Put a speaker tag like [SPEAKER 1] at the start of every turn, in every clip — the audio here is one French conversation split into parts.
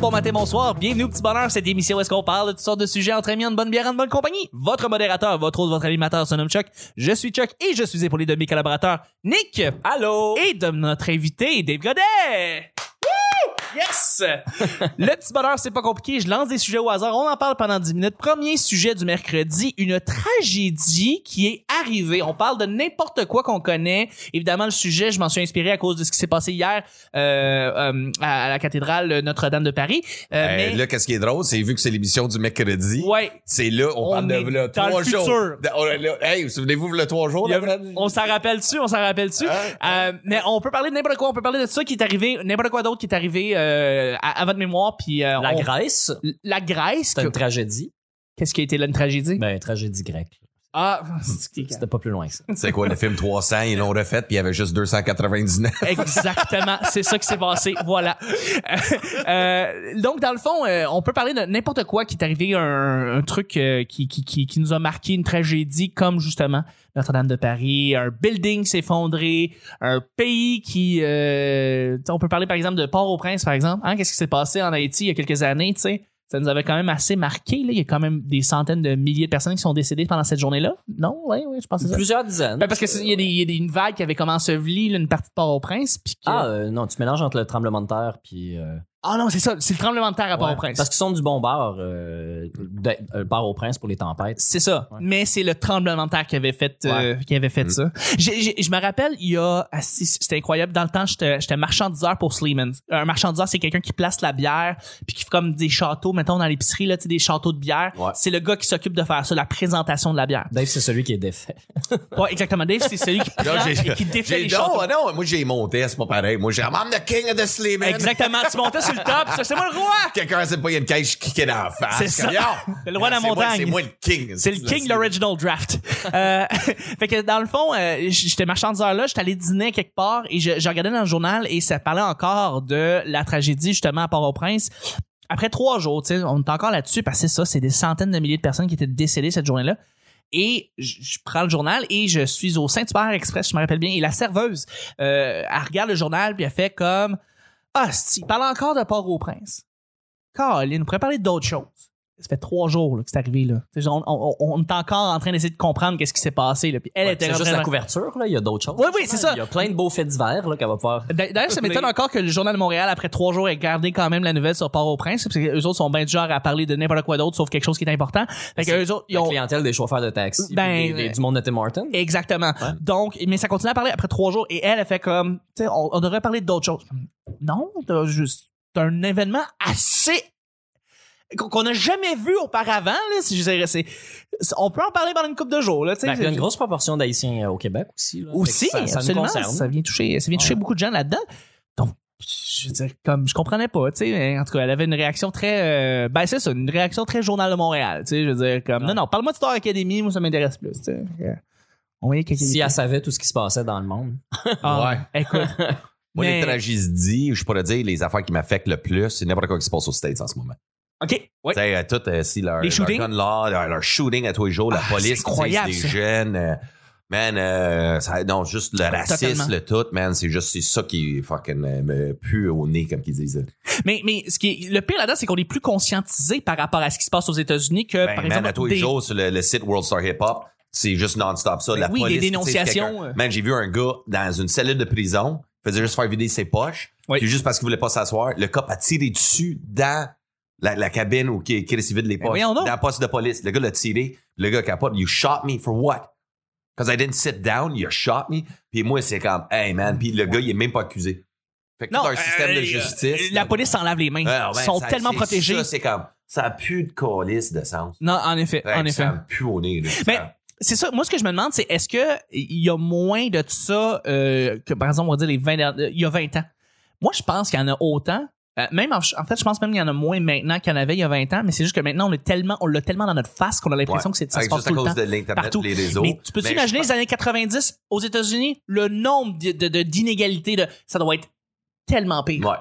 [SPEAKER 1] bon matin, bonsoir. Bienvenue au Petit Bonheur, cette émission où est-ce qu'on parle de toutes sortes de sujets entre amis, en bonne bière, en bonne compagnie. Votre modérateur, votre autre, votre animateur se nomme Chuck. Je suis Chuck et je suis épaulé de mes collaborateurs Nick
[SPEAKER 2] Allô?
[SPEAKER 1] et de notre invité Dave Godet. Woo! Yes! Le petit bonheur, c'est pas compliqué. Je lance des sujets au hasard. On en parle pendant 10 minutes. Premier sujet du mercredi, une tragédie qui est arrivée. On parle de n'importe quoi qu'on connaît. Évidemment, le sujet, je m'en suis inspiré à cause de ce qui s'est passé hier euh, euh, à à la cathédrale Notre-Dame de Paris. Euh,
[SPEAKER 3] Euh,
[SPEAKER 1] mais-
[SPEAKER 3] Là, qu'est-ce qui est drôle, c'est vu que c'est l'émission du mercredi.
[SPEAKER 1] Ouais.
[SPEAKER 3] C'est là, on,
[SPEAKER 1] On
[SPEAKER 3] parle
[SPEAKER 1] est
[SPEAKER 3] de là,
[SPEAKER 1] dans
[SPEAKER 3] trois
[SPEAKER 1] le
[SPEAKER 3] jours.
[SPEAKER 1] futur.
[SPEAKER 3] De- on est là- hey, vous souvenez-vous, le trois jours?
[SPEAKER 1] Il y a-
[SPEAKER 3] là,
[SPEAKER 1] on s'en rappelle dessus, on s'en rappelle dessus.
[SPEAKER 3] Ah.
[SPEAKER 1] Euh, mais on peut parler de n'importe quoi, on peut parler de ça qui est arrivé, n'importe quoi d'autre qui est arrivé euh, à, à votre mémoire, puis euh,
[SPEAKER 2] La
[SPEAKER 1] on-
[SPEAKER 2] Grèce,
[SPEAKER 1] la Grèce.
[SPEAKER 2] c'est une tragédie.
[SPEAKER 1] Qu'est-ce qui a été là, une tragédie?
[SPEAKER 2] Ben, une tragédie grecque.
[SPEAKER 1] Ah, c'est qui-
[SPEAKER 2] C'était pas plus loin que ça.
[SPEAKER 3] C'est quoi, le film 300, ils l'ont refait, puis il y avait juste 299.
[SPEAKER 1] Exactement, c'est ça qui s'est passé. Voilà. Euh, euh, donc dans le fond, euh, on peut parler de n'importe quoi qui est arrivé, un, un truc euh, qui, qui, qui, qui nous a marqué une tragédie, comme justement Notre-Dame de Paris, un building s'est effondré, un pays qui, euh, on peut parler par exemple de Port-au-Prince par exemple. Hein, Qu'est-ce qui s'est passé en Haïti il y a quelques années, tu sais? Ça nous avait quand même assez marqué. Là. Il y a quand même des centaines de milliers de personnes qui sont décédées pendant cette journée-là. Non, oui, oui, je pense que c'est ça.
[SPEAKER 2] Plusieurs dizaines.
[SPEAKER 1] Ben, parce qu'il y, a des- il y a des- une vague qui avait comme enseveli là, une partie de Port-au-Prince. puis que-
[SPEAKER 2] Ah, euh, non, tu mélanges entre le tremblement de terre puis. euh,
[SPEAKER 1] Ah non, c'est ça, c'est le tremblement de terre à
[SPEAKER 2] ouais,
[SPEAKER 1] Port-au-Prince.
[SPEAKER 2] Parce qu'ils sont du bon bord, euh, de- euh, Port-au-Prince pour les tempêtes.
[SPEAKER 1] C'est ça.
[SPEAKER 2] Ouais.
[SPEAKER 1] Mais c'est le tremblement de terre qui avait fait, euh, qui avait fait
[SPEAKER 3] Mm.
[SPEAKER 1] ça. J'ai- j'ai- je me rappelle, il y a, ah, si, c'était incroyable. Dans le temps, j'étais j'étais marchandiseur pour Sleeman's. Un marchandiseur, c'est quelqu'un qui place la bière, puis qui fait comme des châteaux, mettons, dans l'épicerie, là, tu sais, des châteaux de bière.
[SPEAKER 3] Ouais.
[SPEAKER 1] C'est le gars qui s'occupe de faire ça, la présentation de la bière.
[SPEAKER 2] Dave, c'est celui qui est défait.
[SPEAKER 1] Ouais, exactement. Dave, c'est celui qui, prend
[SPEAKER 3] Là,
[SPEAKER 1] et qui défait
[SPEAKER 3] j'ai-
[SPEAKER 1] les châteaux.
[SPEAKER 3] non, non, moi, j'ai monté, c'est pas pareil. Moi, j'ai, I'm the king of the sleeping.
[SPEAKER 1] Exactement. Tu montais sur le top, ça, c'est moi le roi!
[SPEAKER 3] Quelqu'un, c'est pas, il y a une cage qui kickait dans la face.
[SPEAKER 1] C'est ça.
[SPEAKER 3] Comme, yo,
[SPEAKER 1] Le roi de la
[SPEAKER 3] c'est moi-
[SPEAKER 1] montagne.
[SPEAKER 3] C'est moi le king.
[SPEAKER 1] C'est le king, l'original draft. Euh, fait que dans le fond, euh, j- j'étais marchandiseur là, j'étais allé dîner quelque part et je, je regardais dans le journal et ça parlait encore de la tragédie justement à Port-au-Prince. Après trois jours, tu sais, on est encore là-dessus parce que c'est ça, c'est des centaines de milliers de personnes qui étaient décédées cette journée-là. Et je je prends le journal et je suis au Saint-Hubert Express, je me rappelle bien. Et la serveuse, euh, elle regarde le journal puis elle fait comme Ah, si, il parle encore de Port-au-Prince. Caroline, on pourrait parler d'autres choses ça fait trois jours là, que c'est arrivé là. C'est genre, On, on- on est encore en train d'essayer de comprendre qu'est-ce qui s'est passé là. Puis elle
[SPEAKER 2] Ouais,
[SPEAKER 1] était
[SPEAKER 2] c'est
[SPEAKER 1] en
[SPEAKER 2] juste
[SPEAKER 1] train
[SPEAKER 2] la
[SPEAKER 1] de-
[SPEAKER 2] couverture, là. Il y a d'autres choses.
[SPEAKER 1] Oui, oui, c'est ça.
[SPEAKER 2] Il y a plein de beaux faits divers, là, qu'elle va pouvoir.
[SPEAKER 1] D'a- D'ailleurs, ça m'étonne
[SPEAKER 2] Mais-
[SPEAKER 1] encore que le Journal de Montréal, après trois jours, ait gardé quand même la nouvelle sur Port-au-Prince, parce que eux autres sont bien du genre à parler de n'importe quoi d'autre, sauf quelque chose qui est important. Fait que
[SPEAKER 2] C'est
[SPEAKER 1] eux autres, ils
[SPEAKER 2] La
[SPEAKER 1] ont...
[SPEAKER 2] clientèle des chauffeurs de taxi. puis
[SPEAKER 1] Ben,
[SPEAKER 2] des- des- du monde de Tim Ben, Martin.
[SPEAKER 1] Exactement. Donc, mais ça continue à parler après trois jours, et elle, elle fait comme, tu sais, on, on devrait parler d'autres choses. Non, t'as juste c'est un événement assez qu'on- qu'on n'a jamais vu auparavant là si je dirais, c'est c'est- on peut en parler pendant une couple de jours là tu sais
[SPEAKER 2] Ben, puis il y a une grosse proportion d'Haïtiens euh, au Québec aussi. là.
[SPEAKER 1] aussi,
[SPEAKER 2] Fait que ça, ça nous
[SPEAKER 1] absolument, ça,
[SPEAKER 2] concerne.
[SPEAKER 1] vient toucher, ça vient toucher
[SPEAKER 2] Ouais.
[SPEAKER 1] beaucoup de gens là-dedans. Donc, je veux dire, comme je comprenais pas, tu sais, mais en tout cas, elle avait une réaction très, euh, ben c'est ça, une réaction très Journal de Montréal, tu sais, je veux dire, comme, non,
[SPEAKER 2] Ouais.
[SPEAKER 1] non, parle-moi de Star Academy, moi ça m'intéresse plus, tu sais. Euh, On voyait quelqu'un.
[SPEAKER 2] Si elle savait tout ce qui se passait dans le monde.
[SPEAKER 1] Ah, Écoute,
[SPEAKER 3] Moi,
[SPEAKER 1] Mais-
[SPEAKER 3] les tragédies, je pourrais dire, les affaires qui m'affectent le plus, c'est n'importe quoi qui se passe aux States en ce moment.
[SPEAKER 1] ok, ouais.
[SPEAKER 3] Tu sais, euh, tout, euh, si leur,
[SPEAKER 1] Les
[SPEAKER 3] leur
[SPEAKER 1] shootings?
[SPEAKER 3] gun law, leur, leur shooting à tous les jours, la
[SPEAKER 1] Ah, c'est
[SPEAKER 3] police, qui
[SPEAKER 1] incroyable,
[SPEAKER 3] utilise
[SPEAKER 1] ça.
[SPEAKER 3] les jeunes. euh, man, euh, ça- non, juste le racisme,
[SPEAKER 1] Totalement.
[SPEAKER 3] le tout, man, c'est juste c'est ça qui fucking euh, me pue au nez, comme qu'ils disent.
[SPEAKER 1] Mais, mais ce qui est, le pire là-dedans, c'est qu'on est plus conscientisé par rapport à ce qui se passe aux États-Unis que,
[SPEAKER 3] Ben,
[SPEAKER 1] par
[SPEAKER 3] man,
[SPEAKER 1] exemple,
[SPEAKER 3] à tous les
[SPEAKER 1] des-
[SPEAKER 3] jours, sur le, le site World Star Hip Hop, c'est juste non-stop ça.
[SPEAKER 1] Ben
[SPEAKER 3] la
[SPEAKER 1] oui, des
[SPEAKER 3] police, qui tire sur
[SPEAKER 1] dénonciations,
[SPEAKER 3] quelqu'un.
[SPEAKER 1] euh.
[SPEAKER 3] Man, j'ai vu un gars dans une cellule de prison, faisait juste faire vider ses poches,
[SPEAKER 1] Oui.
[SPEAKER 3] puis juste parce qu'il voulait pas s'asseoir, le cop a tiré dessus dans la, la cabine où qui, qui recevait les poches.
[SPEAKER 1] Ben voyons
[SPEAKER 3] dans
[SPEAKER 1] donc.
[SPEAKER 3] la poste de police. Le gars l'a tiré, le gars capote, You shot me for what? Because I didn't sit down, you shot me. Puis moi, c'est comme, hey man, puis le gars, il est même pas accusé. Fait que
[SPEAKER 1] non,
[SPEAKER 3] tout un système
[SPEAKER 1] euh,
[SPEAKER 3] de justice.
[SPEAKER 1] La police s'en lave les mains.
[SPEAKER 3] Ah,
[SPEAKER 1] Ils
[SPEAKER 3] ouais,
[SPEAKER 1] sont
[SPEAKER 3] ça-
[SPEAKER 1] tellement
[SPEAKER 3] c'est-
[SPEAKER 1] protégés.
[SPEAKER 3] Ça, c'est comme, ça a plus de calice de sens.
[SPEAKER 1] non, en effet,
[SPEAKER 3] Ouais,
[SPEAKER 1] en
[SPEAKER 3] puis
[SPEAKER 1] effet.
[SPEAKER 3] Ça me pue au nez. là.
[SPEAKER 1] Mais-
[SPEAKER 3] Ça-
[SPEAKER 1] c'est ça. Moi, ce que je me demande, c'est est-ce que il y a moins de ça euh, que, par exemple, on va dire les 20 derni- euh, il y a 20 ans. Moi, je pense qu'il y en a autant. Euh, même en, en fait, je pense même qu'il y en a moins maintenant qu'il y en avait il y a 20 ans. Mais c'est juste que maintenant, on est tellement, on l'a tellement dans notre face qu'on a l'impression
[SPEAKER 3] Ouais.
[SPEAKER 1] que c'est ça
[SPEAKER 3] Ouais,
[SPEAKER 1] se passe
[SPEAKER 3] juste
[SPEAKER 1] tout
[SPEAKER 3] à
[SPEAKER 1] le
[SPEAKER 3] cause
[SPEAKER 1] temps.
[SPEAKER 3] de l'internet,
[SPEAKER 1] Partout.
[SPEAKER 3] les réseaux.
[SPEAKER 1] Mais tu peux-tu
[SPEAKER 3] Mais je
[SPEAKER 1] imaginer
[SPEAKER 3] pense-
[SPEAKER 1] les années 90 aux États-Unis, le nombre de- de- de- d'inégalités, de, ça doit être tellement pire.
[SPEAKER 3] Ouais.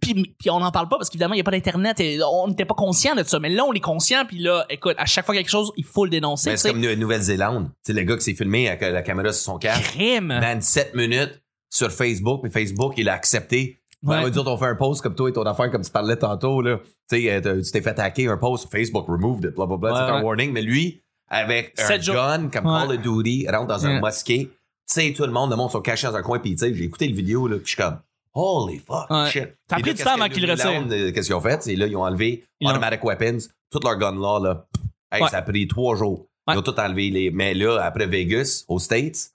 [SPEAKER 1] Puis, puis on n'en parle pas parce qu'évidemment, il n'y a pas d'Internet et on n'était pas conscient de ça. Mais là, on est conscient. Puis là, écoute, à chaque fois quelque chose, il faut le dénoncer.
[SPEAKER 3] Mais
[SPEAKER 1] tu sais.
[SPEAKER 3] Ben, c'est comme Nou- Nouvelle-Zélande. Tu sais, le gars qui s'est filmé avec la caméra sur son casque,
[SPEAKER 1] crime.
[SPEAKER 3] man, 7 minutes sur Facebook, mais Facebook, il a accepté Ben,
[SPEAKER 1] Ouais.
[SPEAKER 3] on va dire, on fait un post comme toi et ton affaire, comme tu parlais tantôt, là. Tu sais, euh, t'as- tu t'es fait hacker un post, Facebook removed it, blablabla.
[SPEAKER 2] Ouais,
[SPEAKER 3] c'est un
[SPEAKER 1] ouais.
[SPEAKER 3] warning, mais lui, avec un
[SPEAKER 1] Sept jours.
[SPEAKER 3] gun, comme
[SPEAKER 1] Ouais.
[SPEAKER 3] Call of Duty, rentre dans
[SPEAKER 1] Yeah.
[SPEAKER 3] une mosquée. Tu sais, tout le monde, le monde sont cachés dans un coin, puis tu sais, j'ai écouté le vidéo, là, puis je suis comme, holy fuck,
[SPEAKER 1] Ouais.
[SPEAKER 3] shit.
[SPEAKER 1] Ça a pris
[SPEAKER 3] Puis là,
[SPEAKER 1] du temps
[SPEAKER 3] qu'est-ce que
[SPEAKER 1] avant qu'ils
[SPEAKER 3] New
[SPEAKER 1] le retirent.
[SPEAKER 3] Zealand, euh, Qu'est-ce qu'ils ont fait? C'est là, ils ont enlevé
[SPEAKER 1] Ils l'ont-
[SPEAKER 3] automatic weapons, toutes leurs guns là, là. Hey,
[SPEAKER 1] Ouais.
[SPEAKER 3] ça a pris trois jours. Ils
[SPEAKER 1] Ouais.
[SPEAKER 3] ont tout enlevé. Les... Mais là, après Vegas, aux States,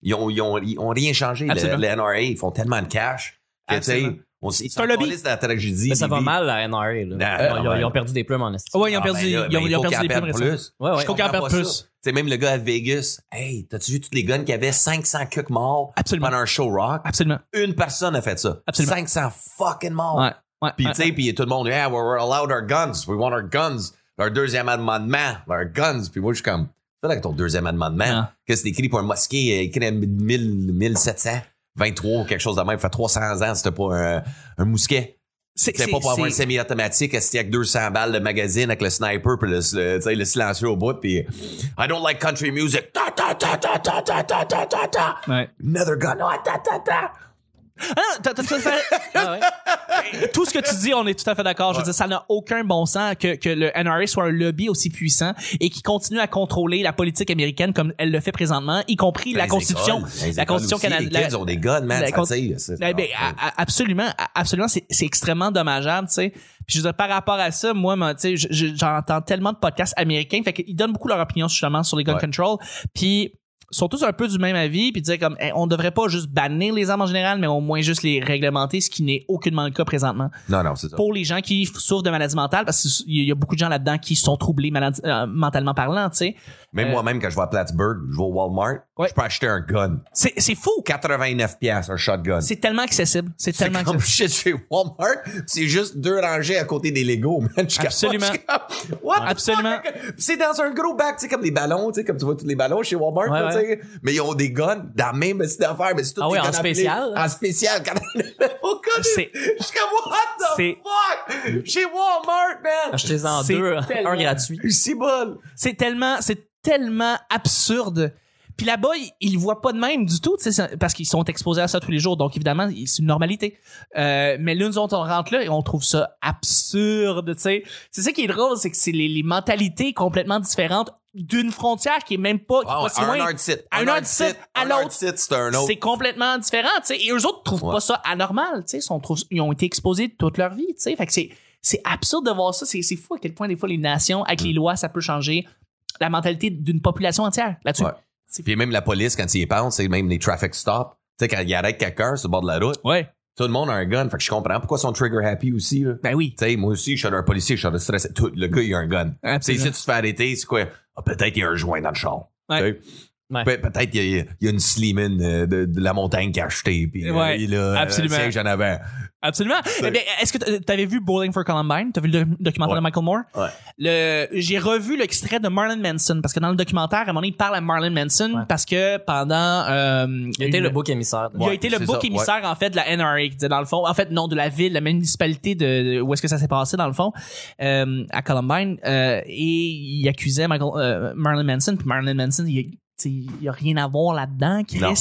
[SPEAKER 3] ils ont, ils ont, ils ont rien changé. Le-
[SPEAKER 1] Absolument.
[SPEAKER 3] Le NRA, ils font tellement de cash que, tu sais,
[SPEAKER 1] Absolument.
[SPEAKER 3] on s- ils
[SPEAKER 1] C'est un
[SPEAKER 3] s'en
[SPEAKER 1] lobby.
[SPEAKER 3] calissent de la tragédie.
[SPEAKER 2] Mais ça va
[SPEAKER 3] Bibi.
[SPEAKER 2] mal, la NRA.
[SPEAKER 3] Non,
[SPEAKER 2] là. Ils ont-
[SPEAKER 3] non,
[SPEAKER 2] ils ont
[SPEAKER 3] ouais.
[SPEAKER 2] perdu des plumes en estime.
[SPEAKER 1] Ouais, ils ont
[SPEAKER 3] Ah,
[SPEAKER 1] perdu,
[SPEAKER 3] ben là,
[SPEAKER 1] ils ont,
[SPEAKER 3] ben,
[SPEAKER 1] ils ont
[SPEAKER 3] il faut
[SPEAKER 1] perdu
[SPEAKER 3] qu'ils
[SPEAKER 1] les
[SPEAKER 3] en
[SPEAKER 1] plumes
[SPEAKER 3] perdent
[SPEAKER 1] récemment.
[SPEAKER 3] plus.
[SPEAKER 2] Ouais, ouais.
[SPEAKER 1] Je comprends
[SPEAKER 3] comprends
[SPEAKER 1] perdre
[SPEAKER 3] pas
[SPEAKER 1] plus.
[SPEAKER 3] ça. Tu sais, même le gars à Vegas, hey, t'as-tu vu tous les guns qui avaient 500 cucs morts
[SPEAKER 1] Absolument.
[SPEAKER 3] pendant un show rock?
[SPEAKER 1] Absolument.
[SPEAKER 3] Une personne a fait ça.
[SPEAKER 1] Absolument.
[SPEAKER 3] 500 fucking morts.
[SPEAKER 1] Ouais. Ouais.
[SPEAKER 3] Puis,
[SPEAKER 1] ouais.
[SPEAKER 3] tu sais, puis tout le monde, yeah, we're, we're allowed our guns. We want our guns. Leur deuxième amendement, leurs guns. Puis moi, je suis comme, c'est là que ton deuxième amendement,
[SPEAKER 1] Ah.
[SPEAKER 3] que c'est écrit pour un mosquée, euh, écrit en 1000 1723 ou quelque chose de même. fait 300 ans, c'était pas un, un mousquet. C'était pas pour avoir un
[SPEAKER 1] c'est-
[SPEAKER 3] semi-automatique, c'était avec 200 balles de magazine avec le sniper puis le, le, tu sais, le silencieux au bout. Puis, I don't like country music. Ta, ta, ta, ta, ta, ta, ta, ta, ta, ta.
[SPEAKER 1] Ouais.
[SPEAKER 3] Another gun. Ah, ta, ta, ta.
[SPEAKER 1] Ah, t'as- t'as tout à fait-
[SPEAKER 2] Ah, ouais.
[SPEAKER 1] tout ce que tu dis, on est tout à fait d'accord. Je veux dire, ça n'a aucun bon sens que, que le NRA soit un lobby aussi puissant et qui continue à contrôler la politique américaine comme elle le fait présentement, y compris la
[SPEAKER 3] Ben, Les
[SPEAKER 1] Constitution.
[SPEAKER 3] écoles, les
[SPEAKER 1] La
[SPEAKER 3] écoles
[SPEAKER 1] Constitution
[SPEAKER 3] aussi,
[SPEAKER 1] canadienne.
[SPEAKER 3] Les kids ont des guns, man.
[SPEAKER 1] la
[SPEAKER 3] ça
[SPEAKER 1] con-
[SPEAKER 3] tire, c'est-
[SPEAKER 1] Eh ben,
[SPEAKER 3] Ah,
[SPEAKER 1] a- a- absolument, a- absolument, c'est c'est extrêmement dommageable, tu sais. Puis je veux dire, par rapport à ça, moi, moi, tu sais, je- je- j'entends tellement de podcasts américains, fait qu'ils donnent beaucoup leur opinion justement sur les gun
[SPEAKER 3] Ouais.
[SPEAKER 1] control, puis sont tous un peu du même avis, puis dire comme, Eh, on devrait pas juste bannir les armes en général, mais au moins juste les réglementer, ce qui n'est aucunement le cas présentement.
[SPEAKER 3] Non, non, c'est ça.
[SPEAKER 1] Pour les gens qui f- souffrent de maladies mentales, parce qu'il y a- il y a beaucoup de gens là-dedans qui sont troublés maladi- euh, mentalement parlant, tu sais.
[SPEAKER 3] Même
[SPEAKER 1] Euh,
[SPEAKER 3] moi-même, quand je vais à Plattsburgh, je vais au Walmart,
[SPEAKER 1] Ouais.
[SPEAKER 3] je peux acheter un gun.
[SPEAKER 1] C'est c'est fou,
[SPEAKER 3] 89 pièces un shotgun.
[SPEAKER 1] c'est tellement accessible, c'est
[SPEAKER 3] C'est
[SPEAKER 1] tellement
[SPEAKER 3] comme
[SPEAKER 1] accessible.
[SPEAKER 3] shit chez Walmart, c'est juste deux rangées à côté des Legos, man. Je capote,
[SPEAKER 1] Absolument.
[SPEAKER 3] je capote. What the
[SPEAKER 1] Absolument.
[SPEAKER 3] fuck? C'est dans un gros bac, tu sais, comme des ballons, tu sais, comme tu vois tous les ballons chez Walmart,
[SPEAKER 2] Ouais,
[SPEAKER 3] là, tu sais. Mais ils ont des guns dans la même petite affaire, mais c'est tout
[SPEAKER 2] Ah oui, en spécial.
[SPEAKER 3] En spécial, quand on
[SPEAKER 1] C'est-
[SPEAKER 3] Je suis comme, what
[SPEAKER 1] C'est-
[SPEAKER 3] the fuck? Chez Walmart, man!
[SPEAKER 2] Achetez-en
[SPEAKER 1] C'est
[SPEAKER 2] deux,
[SPEAKER 1] tellement-
[SPEAKER 2] un gratuit.
[SPEAKER 3] C'est bol.
[SPEAKER 1] C'est tellement, c'est tellement absurde. Puis là-bas, ils, ils le voient pas de même du tout, tu sais, c'est- parce qu'ils sont exposés à ça tous les jours. Donc évidemment, il- c'est une normalité. Euh, mais là, nous autres, on rentre là et on trouve ça absurde, tu sais. C'est ça qui est drôle, c'est que c'est les, les mentalités complètement différentes d'une frontière qui est même pas, qui est
[SPEAKER 3] Ah ouais,
[SPEAKER 1] pas si
[SPEAKER 3] un
[SPEAKER 1] loin.
[SPEAKER 3] heure de site.
[SPEAKER 1] Un heure de site à
[SPEAKER 3] Un heure de
[SPEAKER 1] l'autre.
[SPEAKER 3] site, c'est un autre.
[SPEAKER 1] C'est complètement différent, tu sais. Et eux autres trouvent
[SPEAKER 3] Ouais.
[SPEAKER 1] pas ça anormal, tu sais. Ils, sont- trouvent- ils ont été exposés toute leur vie, tu sais. Fait que c'est, c'est absurde de voir ça. C'est, c'est fou à quel point, des fois, les nations, avec
[SPEAKER 3] Mm.
[SPEAKER 1] les lois, ça peut changer la mentalité d'une population entière là-dessus.
[SPEAKER 3] Ouais. Puis même la police, quand ils y pensent, c'est même les traffic stops. Tu sais, quand ils arrêtent quelqu'un sur le bord de la route,
[SPEAKER 1] Ouais.
[SPEAKER 3] tout le monde a un gun. Fait que je comprends pourquoi ils sont trigger happy aussi. là.
[SPEAKER 1] Ben oui.
[SPEAKER 3] Tu sais, moi aussi, je suis un policier, je suis un stressé. Tout, le gars, il a un gun.
[SPEAKER 1] Ah,
[SPEAKER 3] Tu sais, si tu te fais arrêter, c'est quoi? Ah, peut-être qu'il y a un joint dans le char.
[SPEAKER 1] Ouais.
[SPEAKER 3] Tu sais,
[SPEAKER 2] Ouais.
[SPEAKER 3] Pe- peut-être qu'il y, a- il y a une Slimin euh, de, de la montagne qui a acheté. Puis euh,
[SPEAKER 1] Ouais,
[SPEAKER 3] il a
[SPEAKER 1] absolument.
[SPEAKER 3] un siège en avant.
[SPEAKER 1] Absolument. Eh bien, est-ce que t- t'avais vu Bowling for Columbine? T'as vu le doc- documentaire
[SPEAKER 3] Ouais.
[SPEAKER 1] de Michael Moore?
[SPEAKER 3] Ouais.
[SPEAKER 1] Le, j'ai revu l'extrait de Marlon Manson parce que dans le documentaire, à un moment donné, il parle à Marlon Manson
[SPEAKER 2] Ouais.
[SPEAKER 1] parce que pendant, euh,
[SPEAKER 2] Il était
[SPEAKER 1] une-
[SPEAKER 2] le bouc émissaire. de-
[SPEAKER 1] Il a été le
[SPEAKER 3] c'est
[SPEAKER 1] bouc
[SPEAKER 3] ça,
[SPEAKER 1] émissaire, en fait, de la NRA, qui disait, dans le fond. En fait, non, de la ville, la municipalité de, de- où est-ce que ça s'est passé, dans le fond, euh, à Columbine. euh, et il accusait Michael, euh, Marilyn Manson. Puis Marilyn Manson, il, tu sais, il a rien à voir là-dedans, Chris.
[SPEAKER 3] Non.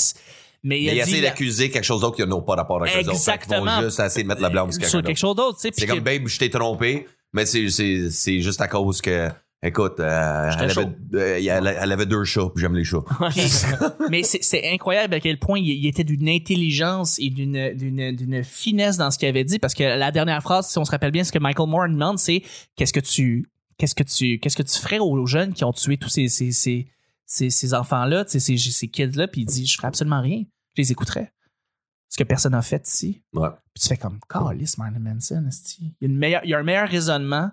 [SPEAKER 1] Mais il
[SPEAKER 3] Mais il
[SPEAKER 1] a
[SPEAKER 3] essaie
[SPEAKER 1] dit...
[SPEAKER 3] d'accuser quelque chose d'autre qui n'a pas rapport avec eux autres. Fait qu'ils vont
[SPEAKER 1] Exactement.
[SPEAKER 3] juste essayer de mettre la blâme sur quelqu'un
[SPEAKER 1] sur
[SPEAKER 3] d'autre.
[SPEAKER 1] quelque chose d'autre, tu sais.
[SPEAKER 3] C'est
[SPEAKER 1] puis
[SPEAKER 3] comme,
[SPEAKER 1] que-
[SPEAKER 3] babe, je t'ai trompé, mais c'est- c'est c'est juste à cause que, écoute, euh,
[SPEAKER 2] J'étais
[SPEAKER 3] elle,
[SPEAKER 2] chaud.
[SPEAKER 3] avait, euh, elle, elle avait deux chats, puis j'aime les chats.
[SPEAKER 1] mais c'est- c'est incroyable à quel point il, il était d'une intelligence et d'une d'une d'une finesse dans ce qu'il avait dit parce que la dernière phrase si on se rappelle bien ce que Michael Moore demande c'est qu'est-ce que tu qu'est-ce que tu qu'est-ce que tu ferais aux jeunes qui ont tué tous ces ces ces ces, enfants là ces ces, ces kids là puis il dit je ferais absolument rien je les écouterais ce que personne n'a fait ici
[SPEAKER 3] Ouais.
[SPEAKER 1] puis tu fais comme Carlis Marilyn Manson esti. il y a une meilleure il y a un meilleur raisonnement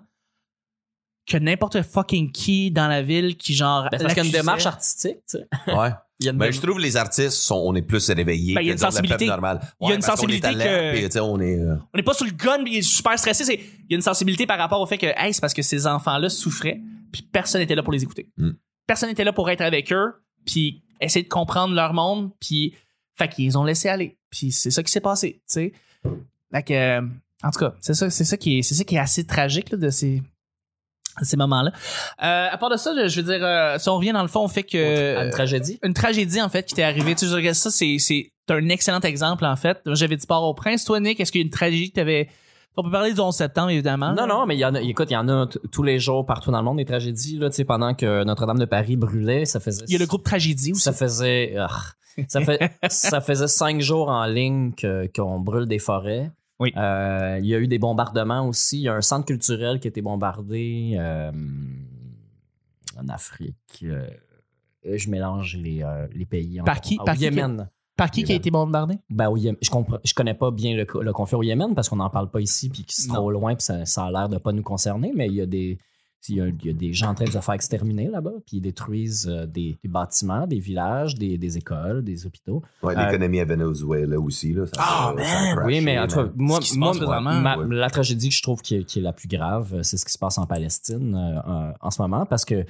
[SPEAKER 1] que n'importe fucking qui dans la ville qui genre
[SPEAKER 2] Ben, c'est parce qu'il y a une
[SPEAKER 1] l'accusait.
[SPEAKER 2] démarche artistique, tu sais.
[SPEAKER 3] Ouais.
[SPEAKER 2] Il y a une
[SPEAKER 3] mais
[SPEAKER 2] démarche-
[SPEAKER 3] je trouve les artistes, sont, on est plus réveillés
[SPEAKER 1] Ben, il y a
[SPEAKER 3] que
[SPEAKER 1] une
[SPEAKER 3] disons, le
[SPEAKER 1] sensibilité.
[SPEAKER 3] peuple normal.
[SPEAKER 1] Il y a
[SPEAKER 3] Ouais,
[SPEAKER 1] une
[SPEAKER 3] parce qu'on est
[SPEAKER 1] sensibilité
[SPEAKER 3] à l'air,
[SPEAKER 1] que-
[SPEAKER 3] puis, tu sais, on est, euh,
[SPEAKER 1] On n'est pas sur le gun, mais il est super stressé. C'est, il y a une sensibilité par rapport au fait que, hey, c'est parce que ces enfants-là souffraient, puis personne n'était là pour les écouter.
[SPEAKER 3] Mm.
[SPEAKER 1] Personne n'était là pour être avec eux, puis essayer de comprendre leur monde, puis, fait qu'ils ont laissé aller. Puis c'est ça qui s'est passé, tu sais. Fait que, euh, en tout cas, c'est ça, c'est ça qui est, c'est ça qui est assez tragique là, de ces, ces moments-là. Euh, à part de ça, je, je veux dire, euh, si on revient dans le fond, on fait que
[SPEAKER 2] Une tragédie.
[SPEAKER 1] une tragédie en fait qui t'est arrivée. Tu sais, je dirais que ça, c'est c'est un excellent exemple en fait. Moi, J'avais dit port au prince. Toi, Nick, est-ce qu'il y a une tragédie que t'avais On peut parler du 11 septembre évidemment.
[SPEAKER 2] Non, non, mais il y en a, écoute, il y en a t- tous les jours partout dans le monde des tragédies. Là, tu sais, pendant que Notre-Dame de Paris brûlait, ça faisait.
[SPEAKER 1] Il y a le groupe tragédie aussi.
[SPEAKER 2] Ça faisait. ah, ça, fait, ça faisait cinq jours en ligne que- qu'on brûle des forêts.
[SPEAKER 1] Oui.
[SPEAKER 2] Euh, il y a eu des bombardements aussi. Il y a un centre culturel qui a été bombardé euh, en Afrique. Euh, je mélange les, euh, les pays.
[SPEAKER 1] Par
[SPEAKER 2] En-
[SPEAKER 1] qui-
[SPEAKER 2] Au
[SPEAKER 1] par qui-
[SPEAKER 2] Yémen.
[SPEAKER 1] Par qui qui a été bombardé
[SPEAKER 2] Ben, au Yémen- je, compre- je connais pas bien le, co- le conflit au Yémen parce qu'on n'en parle pas ici puis que c'est
[SPEAKER 1] Non.
[SPEAKER 2] trop loin puis ça, ça a l'air de pas nous concerner, mais il y a des. Il y, a, il y a des gens en train de se faire exterminer là-bas, puis ils détruisent euh, des, des bâtiments, des villages, des, des écoles, des hôpitaux.
[SPEAKER 3] Ouais,
[SPEAKER 2] Euh,
[SPEAKER 3] l'économie à Venezuela aussi. Là, ça,
[SPEAKER 1] Ah,
[SPEAKER 3] ça- ça a crashé,
[SPEAKER 2] oui, mais en tout cas,
[SPEAKER 3] man.
[SPEAKER 2] moi,
[SPEAKER 1] Ce qui se
[SPEAKER 2] moi,
[SPEAKER 1] passe présentement,
[SPEAKER 2] ma-
[SPEAKER 3] ouais.
[SPEAKER 2] la tragédie que je trouve qui est, qui est la plus grave, euh, c'est ce qui se passe en Palestine euh, euh, en ce moment parce que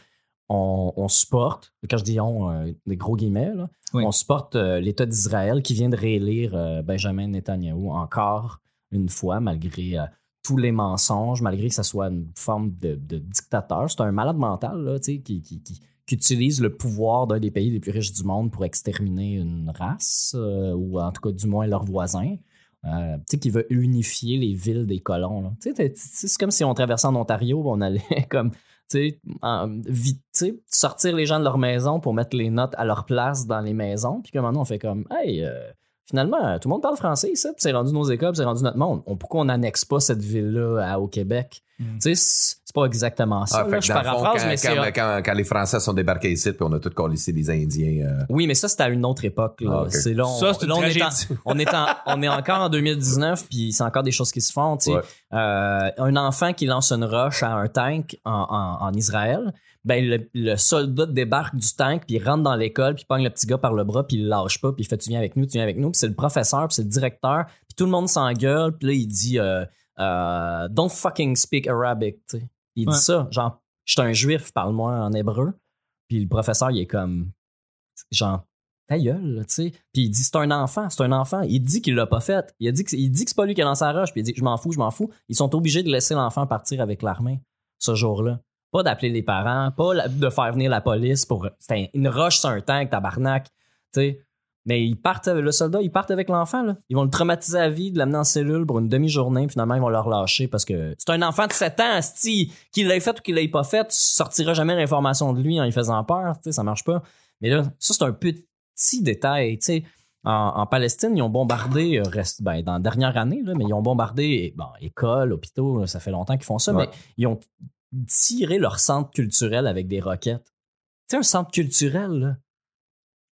[SPEAKER 2] on, on supporte, quand je dis on, euh, des gros guillemets, là,
[SPEAKER 1] Oui.
[SPEAKER 2] on supporte euh, l'État d'Israël qui vient de réélire euh, Benjamin Netanyahu encore une fois, malgré euh, tous les mensonges, malgré que ça soit une forme de, de dictateur. C'est un malade mental là, tu sais, qui, qui- qui- qui utilise le pouvoir d'un des pays les plus riches du monde pour exterminer une race, euh, ou en tout cas du moins leurs voisins. Euh, tu sais, qui veut unifier les villes des colons. là. Tu sais, t'es- tu sais, c'est comme si on traversait en Ontario, on allait comme, tu sais, en- vi- tu sais, sortir les gens de leur maison pour mettre les notes à leur place dans les maisons. Puis comme maintenant, on fait comme, hey, euh, finalement, euh, tout le monde parle français, ça, puis c'est rendu nos écoles, puis c'est rendu notre monde. On- pourquoi on n'annexe pas cette ville-là à- au Québec?
[SPEAKER 1] Mm.
[SPEAKER 2] Tu sais, c'est c'est pas exactement ça.
[SPEAKER 3] Ah, fait
[SPEAKER 2] là,
[SPEAKER 3] que
[SPEAKER 2] je
[SPEAKER 3] dans le fond,
[SPEAKER 2] paraphrase,
[SPEAKER 3] quand,
[SPEAKER 2] mais c'est.
[SPEAKER 3] quand, quand- quand les Français sont débarqués ici, puis on a tout collé des Indiens. euh,
[SPEAKER 2] Oui, mais ça, c'était à une autre époque. là.
[SPEAKER 3] Ah, ok.
[SPEAKER 2] C'est là, on,
[SPEAKER 1] Ça, c'est une
[SPEAKER 2] là, on est
[SPEAKER 1] tragédie.
[SPEAKER 2] en- on est, en- on est encore en 2019, puis c'est encore des choses qui se font. tu sais.
[SPEAKER 3] Ouais.
[SPEAKER 2] Euh, un enfant qui lance une roche à un tank en, en- en Israël, ben le, le soldat débarque du tank, puis il rentre dans l'école, puis il pogne le petit gars par le bras, puis il le lâche pas, puis il fait Tu viens avec nous, tu viens avec nous, puis c'est le professeur, puis c'est le directeur, puis tout le monde s'engueule, puis là, il dit euh, euh, Don't fucking speak Arabic. tu sais. Il
[SPEAKER 1] Ouais.
[SPEAKER 2] dit ça, genre, je suis un juif, parle-moi en hébreu. Puis le professeur, il est comme, genre, ta gueule, là, tu sais. Puis il dit, c'est un enfant, c'est un enfant. Il dit qu'il l'a pas fait. Il, a dit que, il dit que c'est pas lui qui a lancé la roche. Puis il dit, je m'en fous, je m'en fous. Ils sont obligés de laisser l'enfant partir avec l'armée ce jour-là. Pas d'appeler les parents, pas la- de faire venir la police pour. C'est un- une roche sur un tank, tabarnak, tu sais. Mais ils partent, le soldat, ils partent avec l'enfant, là. Ils vont le traumatiser à vie, de l'amener en cellule pour une demi-journée, puis finalement, ils vont le relâcher parce que c'est un enfant de 7 ans, si qu'il l'ait fait ou qu'il l'ait pas fait, tu sortiras jamais l'information de lui en lui faisant peur, tu sais, ça marche pas. Mais là, ça, c'est un petit détail, tu sais. En, en Palestine, ils ont bombardé, euh, reste, ben, dans la dernière année, là, mais ils ont bombardé, bon, écoles, hôpitaux, là, ça fait longtemps qu'ils font ça,
[SPEAKER 3] Ouais.
[SPEAKER 2] mais ils ont tiré leur centre culturel avec des roquettes. Tu sais, un centre culturel, là.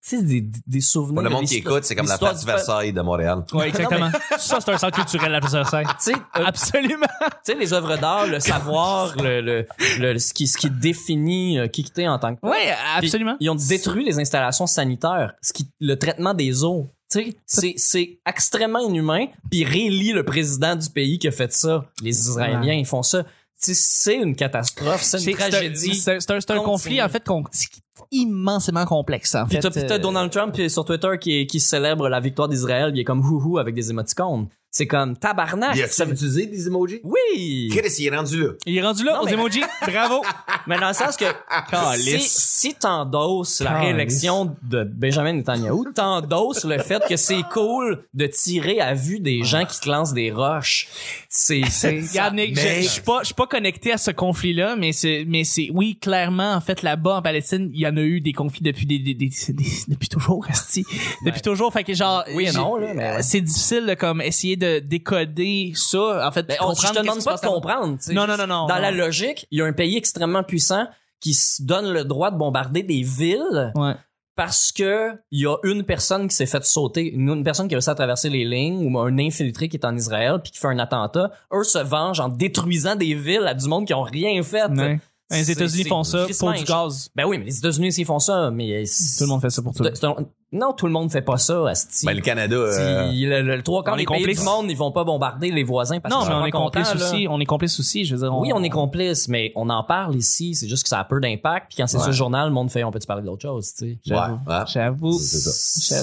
[SPEAKER 2] Tu sais, des, des- des souvenirs.
[SPEAKER 3] le monde
[SPEAKER 2] des
[SPEAKER 3] qui
[SPEAKER 2] histoires-
[SPEAKER 3] écoute, c'est comme
[SPEAKER 2] des
[SPEAKER 3] la
[SPEAKER 2] histoires
[SPEAKER 3] place
[SPEAKER 2] du
[SPEAKER 3] du
[SPEAKER 2] pa-
[SPEAKER 3] Versailles de Montréal.
[SPEAKER 1] Ouais, exactement. ça c'est un centre culturel la personne
[SPEAKER 2] Tu sais, euh,
[SPEAKER 1] Absolument.
[SPEAKER 2] tu sais, les œuvres d'art, le savoir, le, le- le- ce, qui, ce qui définit euh, qui que t'es en tant que.
[SPEAKER 1] Ouais,
[SPEAKER 2] Puis,
[SPEAKER 1] absolument.
[SPEAKER 2] Ils ont détruit les installations sanitaires, ce qui, le traitement des eaux. Tu sais, c'est- c'est extrêmement inhumain, puis ils réélient le président du pays qui a fait ça. Les Israéliens, ils font ça. Tu sais, c'est une catastrophe, c'est une
[SPEAKER 1] un-
[SPEAKER 2] tragédie.
[SPEAKER 1] c'est un- c'est un, c'est un
[SPEAKER 2] continue.
[SPEAKER 1] conflit en fait qu'on- c'est immensément complexe en
[SPEAKER 2] Puis
[SPEAKER 1] fait.
[SPEAKER 2] t'as- puis t'as
[SPEAKER 1] Euh,
[SPEAKER 2] Donald Trump euh, sur Twitter qui, qui célèbre la victoire d'Israël, il est comme houhou avec des émoticônes. C'est comme tabarnak.
[SPEAKER 3] Il a
[SPEAKER 2] ça veut-
[SPEAKER 3] utilisé des emojis?
[SPEAKER 2] Oui!
[SPEAKER 3] Chris, il est rendu là.
[SPEAKER 1] Il est rendu là
[SPEAKER 2] Non,
[SPEAKER 1] aux
[SPEAKER 2] mais-
[SPEAKER 1] emojis. Bravo.
[SPEAKER 2] Mais dans le sens que si,
[SPEAKER 1] Calice.
[SPEAKER 2] si t'endosses la
[SPEAKER 1] Calice.
[SPEAKER 2] réélection de Benjamin Netanyahu, t'endosses le fait que c'est cool de tirer à vue des gens qui te lancent des roches. C'est
[SPEAKER 1] C'est- Regarde, Nick, je- je suis pas, je suis pas connecté à ce conflit-là, mais c'est, mais c'est, oui, clairement, en fait, là-bas, en Palestine, il y en a eu des conflits depuis des, des- des- des- depuis toujours, asti. Depuis toujours, fait que genre,
[SPEAKER 2] Oui et
[SPEAKER 1] j'ai- euh,
[SPEAKER 2] non, là, mais ouais.
[SPEAKER 1] c'est difficile, de, comme, essayer de décoder ça, en fait.
[SPEAKER 2] Ben,
[SPEAKER 1] puis
[SPEAKER 2] on,
[SPEAKER 1] comprendre
[SPEAKER 2] je te
[SPEAKER 1] qu'est-ce
[SPEAKER 2] demande
[SPEAKER 1] qui
[SPEAKER 2] pas
[SPEAKER 1] se
[SPEAKER 2] de
[SPEAKER 1] passe là-bas.
[SPEAKER 2] comprendre. tu sais,
[SPEAKER 1] Non,
[SPEAKER 2] juste
[SPEAKER 1] non, non, non,
[SPEAKER 2] Dans
[SPEAKER 1] non.
[SPEAKER 2] la logique, il y a un pays extrêmement puissant qui se donne le droit de bombarder des villes
[SPEAKER 1] Ouais.
[SPEAKER 2] parce que il y a une personne qui s'est faite sauter, une, une personne qui a réussi à traverser les lignes ou un infiltré qui est en Israël puis qui fait un attentat. Eux se vengent en détruisant des villes à du monde qui ont rien fait.
[SPEAKER 1] Ouais. Ben, Les
[SPEAKER 2] C'est-
[SPEAKER 1] États-Unis
[SPEAKER 2] c'est
[SPEAKER 1] font ça pour
[SPEAKER 2] crissement
[SPEAKER 1] du gaz.
[SPEAKER 2] Ben oui, mais les États-Unis, s'ils font ça, mais.
[SPEAKER 1] Tout le monde fait ça pour tout.
[SPEAKER 2] C'est un- Non, tout le monde fait pas ça, Asti.
[SPEAKER 3] Ben, le Canada. euh,
[SPEAKER 2] Si- le, le- le trois quarts
[SPEAKER 1] on est
[SPEAKER 2] des pays
[SPEAKER 1] complice.
[SPEAKER 2] du monde, ils vont pas bombarder les voisins parce
[SPEAKER 1] non,
[SPEAKER 2] qu'ils
[SPEAKER 1] mais
[SPEAKER 2] sont
[SPEAKER 1] on
[SPEAKER 2] pas
[SPEAKER 1] est
[SPEAKER 2] contents,
[SPEAKER 1] complice
[SPEAKER 2] là.
[SPEAKER 1] aussi. On est complice aussi. Je veux dire,
[SPEAKER 2] Oui, on est complice, mais on en parle ici. C'est juste que ça a peu d'impact. Puis quand c'est
[SPEAKER 3] Ouais.
[SPEAKER 2] ce journal, le monde fait on peut-tu parler d'autre chose, tu sais.
[SPEAKER 3] ouais,
[SPEAKER 1] j'avoue.
[SPEAKER 3] ouais.
[SPEAKER 1] J'avoue.
[SPEAKER 3] C'est ça.